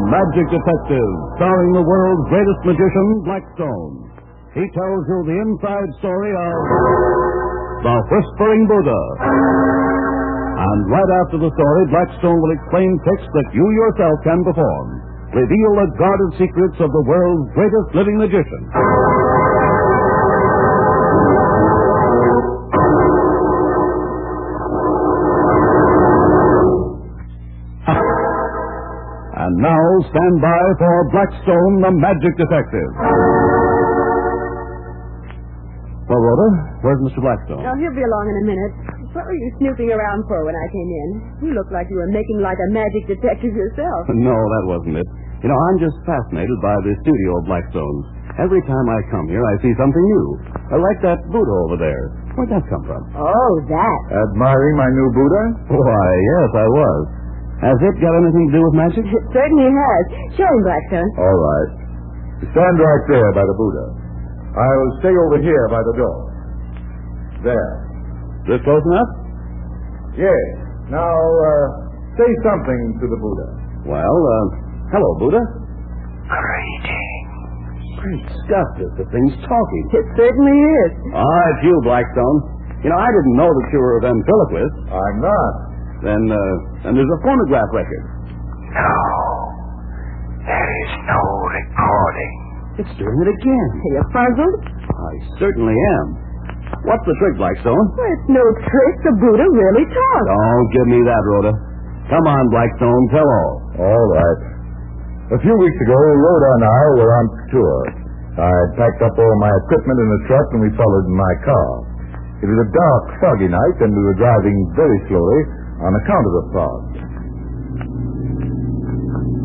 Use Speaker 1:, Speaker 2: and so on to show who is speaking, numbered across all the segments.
Speaker 1: Magic Detective, starring the world's greatest magician, Blackstone. He tells you the inside story of The Whispering Buddha. And right after the story, Blackstone will explain tricks that you yourself can perform, reveal the guarded secrets of the world's greatest living magician. And now stand by for Blackstone, the Magic Detective. Well, Rhoda, where's Mr. Blackstone?
Speaker 2: Oh, he'll be along in a minute. What were you snooping around for when I came in? You looked like you were making like a magic detective yourself.
Speaker 1: No, that wasn't it. You know, I'm just fascinated by the studio of Blackstone's. Every time I come here, I see something new. I like that Buddha over there. Where'd that come from?
Speaker 2: Oh, that.
Speaker 3: Admiring my new Buddha?
Speaker 1: Why, yes, I was. Has it got anything to do with magic?
Speaker 2: It certainly has. Show him, Blackstone.
Speaker 3: All right. Stand right there by the Buddha. I'll stay over here by the door. There.
Speaker 1: This close enough?
Speaker 3: Yes. Now, uh, say something to the Buddha.
Speaker 1: Well, uh, hello, Buddha. Great stuff, this. The thing's talking.
Speaker 2: It certainly is.
Speaker 1: Ah, it's you, Blackstone. You know, I didn't know that you were a ventriloquist.
Speaker 3: I'm not.
Speaker 1: Then, uh, then there's a phonograph record.
Speaker 4: No, there is no recording.
Speaker 1: It's doing it again.
Speaker 2: Are you puzzled?
Speaker 1: I certainly am. What's the trick, Blackstone?
Speaker 2: Well, it's no trick. The Buddha really talks.
Speaker 1: Don't give me that, Rhoda. Come on, Blackstone, tell all.
Speaker 3: All right. A few weeks ago, Rhoda and I were on tour. I packed up all my equipment in a truck and we followed in my car. It was a dark, foggy night and we were driving very slowly on account of the fog.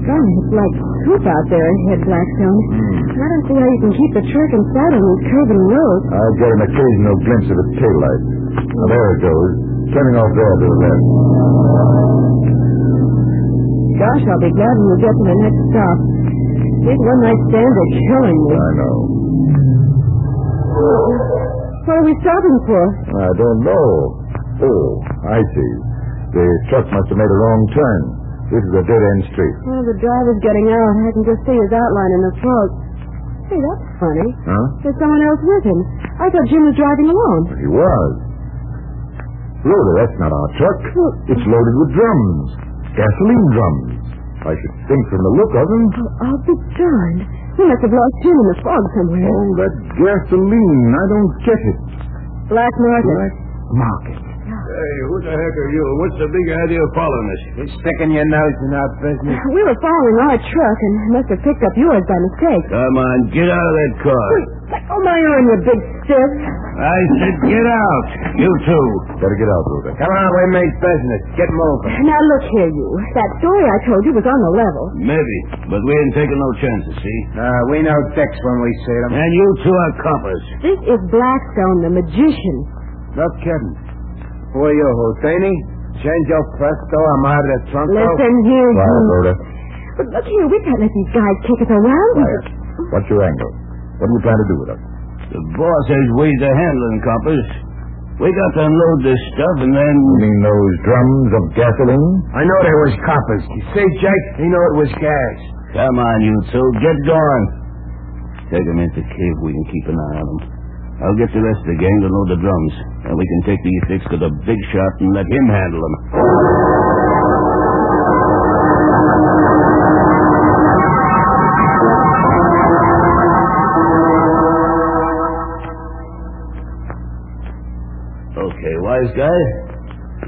Speaker 2: Gum, it's like poop out there ahead, Blackstone. I don't see how you can keep the truck in sight on these curving roads.
Speaker 3: I get an occasional glimpse of its taillight. Now, there it goes, turning off there to the left.
Speaker 2: Gosh, I'll be glad when we get to the next stop. These one night stands are killing me.
Speaker 3: I know.
Speaker 2: What are we stopping for?
Speaker 3: I don't know. Oh, I see. The truck must have made a wrong turn. This is a dead end street.
Speaker 2: Well, the driver's getting out. I can just see his outline in the fog. Hey, that's funny.
Speaker 3: Huh?
Speaker 2: There's someone else with him. I thought Jim was driving alone.
Speaker 3: He was. Rhoda, that's not our truck. It's loaded with drums. Gasoline drums. I should think from the look of them.
Speaker 2: I'll be darned. He must have lost Jim in the fog somewhere.
Speaker 3: Oh, that gasoline. I don't get it.
Speaker 2: Black market.
Speaker 3: Market.
Speaker 4: Hey, who the heck are you? What's the big idea of following us? You're sticking your nose in our business.
Speaker 2: We were following our truck and must have picked up yours by mistake.
Speaker 4: Come on, get out of that car.
Speaker 2: Let go my arm, you big stiff.
Speaker 4: I said get out. You too.
Speaker 3: Better get out, Rhoda.
Speaker 4: Come on, we make business. Get moving.
Speaker 2: Now look here, you. That story I told you was on the level.
Speaker 5: Maybe, but we ain't taking no chances, see?
Speaker 4: Uh, we know dicks when we see them.
Speaker 5: And you two are coppers.
Speaker 2: This is Blackstone, the magician.
Speaker 4: No kidding. Who are you, Houdini? Chango Presto, I'm out of the trunk.
Speaker 1: Oh,
Speaker 2: Listen here, you.
Speaker 3: Quiet, Rhoda.
Speaker 2: But look here, we can't let these guys kick us around.
Speaker 3: Quiet. What's your angle? What do you plan to do with us?
Speaker 5: The boss says we the handling coppers. We got to unload this stuff and then.
Speaker 3: You mean those drums of gasoline?
Speaker 4: I know they was coppers. You see, Jake? He know it was gas.
Speaker 5: Come on, you two, get going. Take 'em into cave. We can keep an eye on 'em. I'll get the rest of the gang to load the drums, and we can take these six to the big shot and let him handle 'em. Okay, wise guy.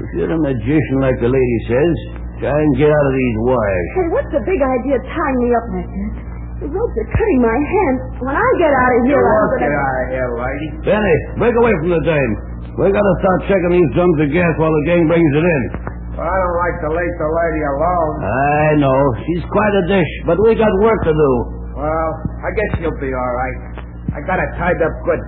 Speaker 5: If you're a magician like the lady says, try and get out of these wires.
Speaker 2: Hey, what's the big idea tying me up like this? The ropes are cutting my hands. When I get out of here, I'm
Speaker 4: Get
Speaker 2: gonna...
Speaker 4: out of here, lady.
Speaker 5: Benny, break away from the dame. We gotta start checking these drums of gas while the gang brings it in.
Speaker 4: I don't like to leave the lady alone.
Speaker 5: I know, she's quite a dish, but we got work to do.
Speaker 4: Well, I guess you'll be all right. I got it tied up good.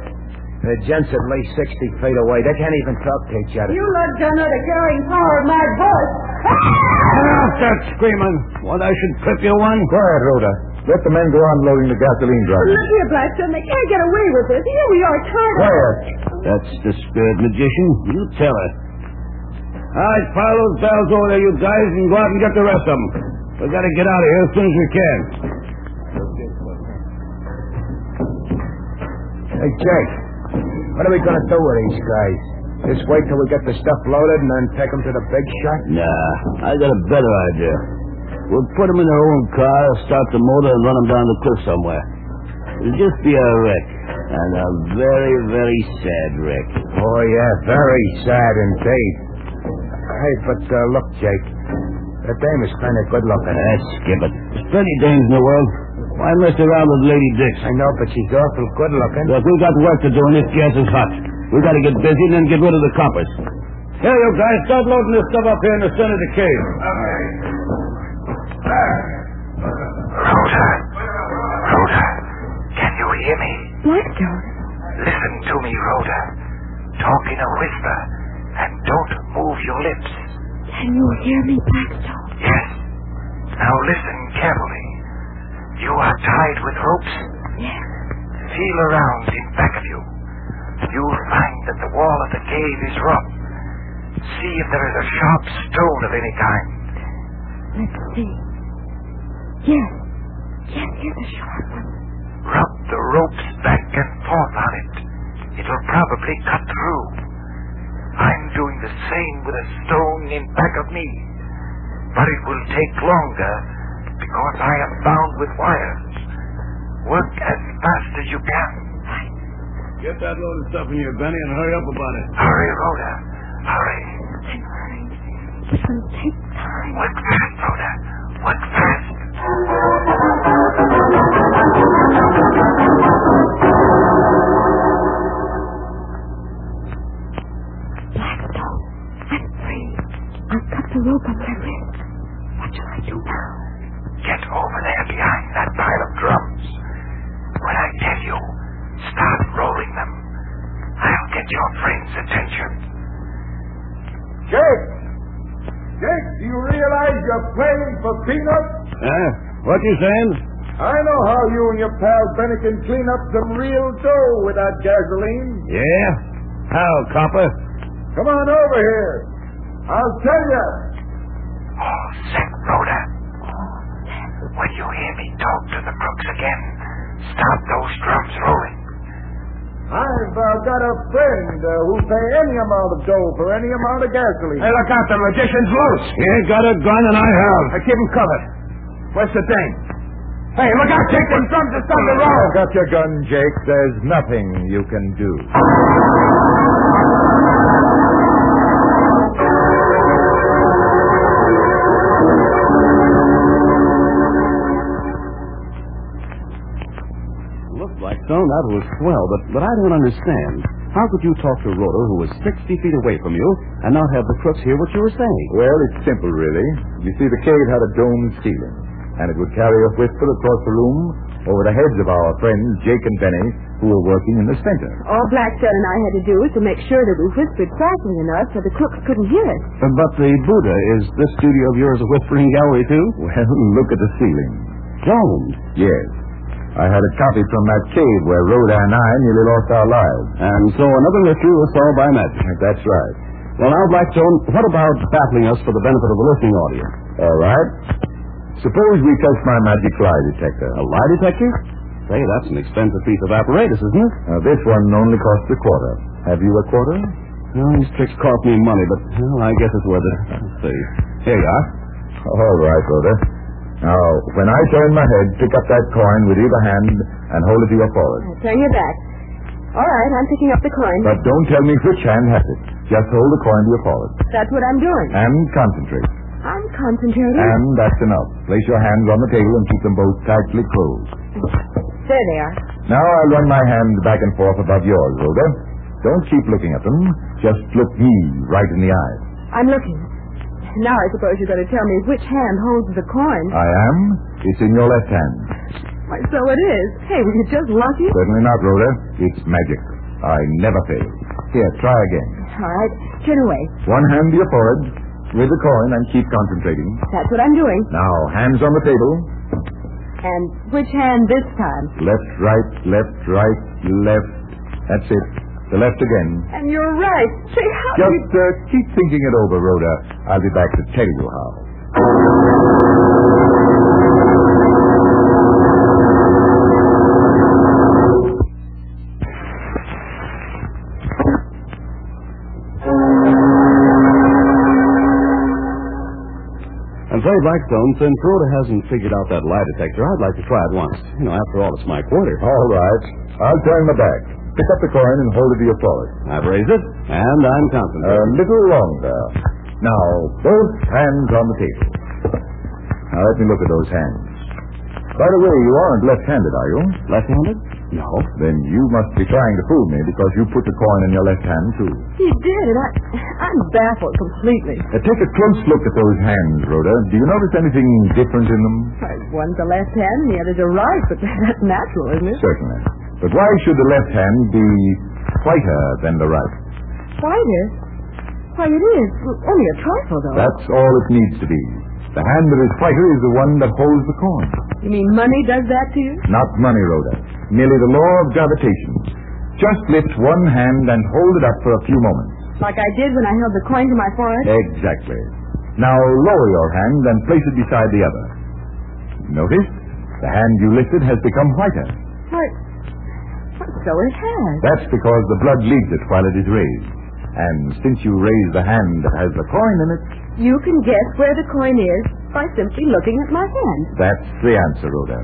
Speaker 4: The gents at least 60 feet away. They can't even talk to each other.
Speaker 2: You lot don't know the carrying power of my voice.
Speaker 5: Stop that screaming. What, I should clip you one?
Speaker 3: Quiet, Rhoda. Let the men go on loading the gasoline drums.
Speaker 2: Look here, Blackstone. They can't get away with this. Here we are, tied up.
Speaker 3: Quiet.
Speaker 4: uh,
Speaker 5: That's the spirit, magician. You tell her. All right, pile those bells over there, you guys, and go out and get the rest of 'em.
Speaker 1: We gotta get out of here as soon as we can.
Speaker 4: Hey, Jake, what are we going to do with these guys? Just wait till we get the stuff loaded and then take them to the big shot?
Speaker 5: Nah, I got a better idea. We'll put them in their own car, start the motor, and run them down the cliff somewhere. It'll just be a wreck. And a very, very sad wreck.
Speaker 4: Oh, yeah, very sad indeed. Hey, but uh, look, Jake, that dame is kind of good looking.
Speaker 5: Ah, skip it. There's plenty of dames in the world. Why mess around with Lady Dix?
Speaker 4: I know, but she's awful good looking.
Speaker 5: Look, we've got work to do, and this gas is hot. We've got to get busy and then get rid of the coppers. Here, you guys, start loading this stuff up here in the center of the cave.
Speaker 6: Rhoda. Rhoda. Can you hear me?
Speaker 2: Blackstone.
Speaker 6: Listen to me, Rhoda. Talk in a whisper and don't move your lips.
Speaker 2: Can you hear me, Blackstone?
Speaker 6: Yes. Now listen carefully. You are tied with ropes.
Speaker 2: Yes.
Speaker 6: Feel around in back of you. You'll find that the wall of the cave is rough. See if there is a sharp stone of any kind.
Speaker 2: Let's see. Yes. Yes, here's a sharp one.
Speaker 6: Rub the ropes back and forth on it. It'll probably cut through. I'm doing the same with a stone in back of me. But it will take longer because I am bound with wires. Work as fast as you can.
Speaker 1: Get that load of stuff in here, Benny, and hurry up about it.
Speaker 6: Hurry, Rhoda. Hurry.
Speaker 2: I'm hurrying. But it'll take time.
Speaker 6: Work fast, Rhoda. Work fast.
Speaker 2: Blackstone, I'm free. I've got the rope on my wrist. What shall I do now?
Speaker 6: Get over there behind that pile of drums. When I tell you, start rolling them. I'll get your friend's attention.
Speaker 3: Jake! Jake, do you realize you're playing for peanuts?
Speaker 1: Huh? What you saying?
Speaker 3: I know how you and your pal Benny can clean up some real dough without gasoline.
Speaker 1: Yeah? How, copper?
Speaker 3: Come on over here. I'll tell you.
Speaker 6: All set, Rhoda. When you hear me talk to the crooks again, stop those drums rolling.
Speaker 3: I've uh, got a friend uh, who'll pay any amount of dough for any amount of gasoline.
Speaker 4: Hey, look out, the magician's loose.
Speaker 1: He got a gun and I have.
Speaker 4: I keep him covered. What's the thing? Hey, look out, Jake, them drums are starting to roll.
Speaker 3: I've got your gun, Jake. There's nothing you can do.
Speaker 1: Look, Blackstone, that was swell, but, but I don't understand. How could you talk to Rhoda, who was 60 feet away from you, and not have the crooks hear what you were saying?
Speaker 3: Well, it's simple, really. You see, the cave had a domed ceiling, and it would carry a whisper across the room over the heads of our friends, Jake and Benny, who were working in the center.
Speaker 2: All Blackstone and I had to do was to make sure that we whispered softly enough so the crooks couldn't hear us.
Speaker 1: Uh, But the Buddha, is this studio of yours a whispering gallery, too?
Speaker 3: Well, look at the ceiling.
Speaker 1: Domed.
Speaker 3: Yes. I had it copied from that cave where Rhoda and I nearly lost our lives.
Speaker 1: And so another mystery was solved by magic.
Speaker 3: That's right.
Speaker 1: Well, now, Blackstone, what about battling us for the benefit of the listening audience?
Speaker 3: All right. Suppose we test my magic lie detector.
Speaker 1: A lie detector? Say, that's an expensive piece of apparatus, isn't it?
Speaker 3: Now, this one only costs a quarter. Have you a quarter?
Speaker 1: Well, these tricks cost me money, but well, I guess it's worth it. Let's see. Here you are.
Speaker 3: All right, Rhoda. Now, when I turn my head, pick up that coin with either hand and hold it to your forehead.
Speaker 2: I'll turn you back. All right, I'm picking up the coin.
Speaker 3: But don't tell me which hand has it. Just hold the coin to your forehead.
Speaker 2: That's what I'm doing.
Speaker 3: And concentrate.
Speaker 2: I'm concentrating.
Speaker 3: Uh, And that's enough. Place your hands on the table and keep them both tightly closed.
Speaker 2: there they are.
Speaker 3: Now I'll run my hand back and forth above yours, Rhoda. Don't keep looking at them. Just look me right in the eye.
Speaker 2: I'm looking. Now I suppose you're going to tell me which hand holds the coin.
Speaker 3: I am. It's in your left hand.
Speaker 2: Why, so it is. Hey, were you just lucky?
Speaker 3: Certainly not, Rhoda. It's magic. I never fail. Here, try again.
Speaker 2: All right, turn away.
Speaker 3: One hand to your forehead, with the coin, and keep concentrating.
Speaker 2: That's what I'm doing.
Speaker 3: Now, hands on the table.
Speaker 2: And which hand this time?
Speaker 3: Left, right, left, right, left. That's it. The left again.
Speaker 2: And you're right. Say, how do you...
Speaker 3: Just uh, keep thinking it over, Rhoda. I'll be back to tell you how.
Speaker 5: Blackstone, since Rhoda hasn't figured out that lie detector, I'd like to try it once. You know, after all, it's my quarter.
Speaker 3: All right. I'll turn my back. Pick up the coin and hold it to your forehead.
Speaker 5: I've raised it, and I'm
Speaker 3: A
Speaker 5: confident.
Speaker 3: little longer. Now, both hands on the table. Now, let me look at those hands. By the way, you aren't left-handed, are you?
Speaker 5: Left-handed? No.
Speaker 3: Then you must be trying to fool me because you put the coin in your left hand, too.
Speaker 2: He did, and I, I'm baffled completely.
Speaker 3: Uh, take a close look at those hands, Rhoda. Do you notice anything different in them?
Speaker 2: Why, One's a left hand and the other's a right, but that's natural, isn't it?
Speaker 3: Certainly. But why should the left hand be whiter than the right?
Speaker 2: Spider? Why, it is. Only a trifle, though.
Speaker 3: That's all it needs to be. The hand that is whiter is the one that holds the coin.
Speaker 2: You mean money does that to you?
Speaker 3: Not money, Rhoda. Merely the law of gravitation. Just lift one hand and hold it up for a few moments.
Speaker 2: Like I did when I held the coin to my forehead?
Speaker 3: Exactly. Now lower your hand and place it beside the other. Notice? The hand you lifted has become whiter.
Speaker 2: Why, why, so it has.
Speaker 3: That's because the blood leaves it while it is raised. And since you raise the hand that has the coin in it,
Speaker 2: You can guess where the coin is by simply looking at my hand.
Speaker 3: that's the answer, Rhoda.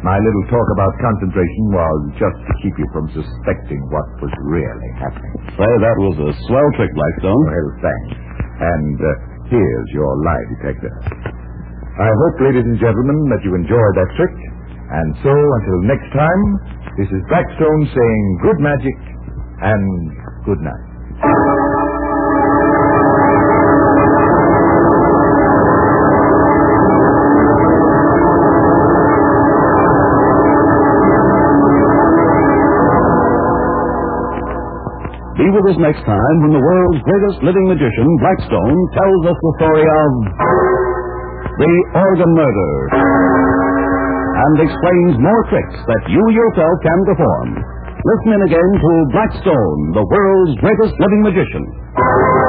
Speaker 3: My little talk about concentration was just to keep you from suspecting what was really happening.
Speaker 5: Say, that was a swell trick, Blackstone.
Speaker 3: Well, thanks. And uh, here's your lie detector. I hope, ladies and gentlemen, that you enjoyed that trick. And so, until next time, this is Blackstone saying good magic and good night.
Speaker 1: Be with us next time when the world's greatest living magician, Blackstone, tells us the story of the organ murder and explains more tricks that you yourself can perform. Listen in again to Blackstone, the world's greatest living magician.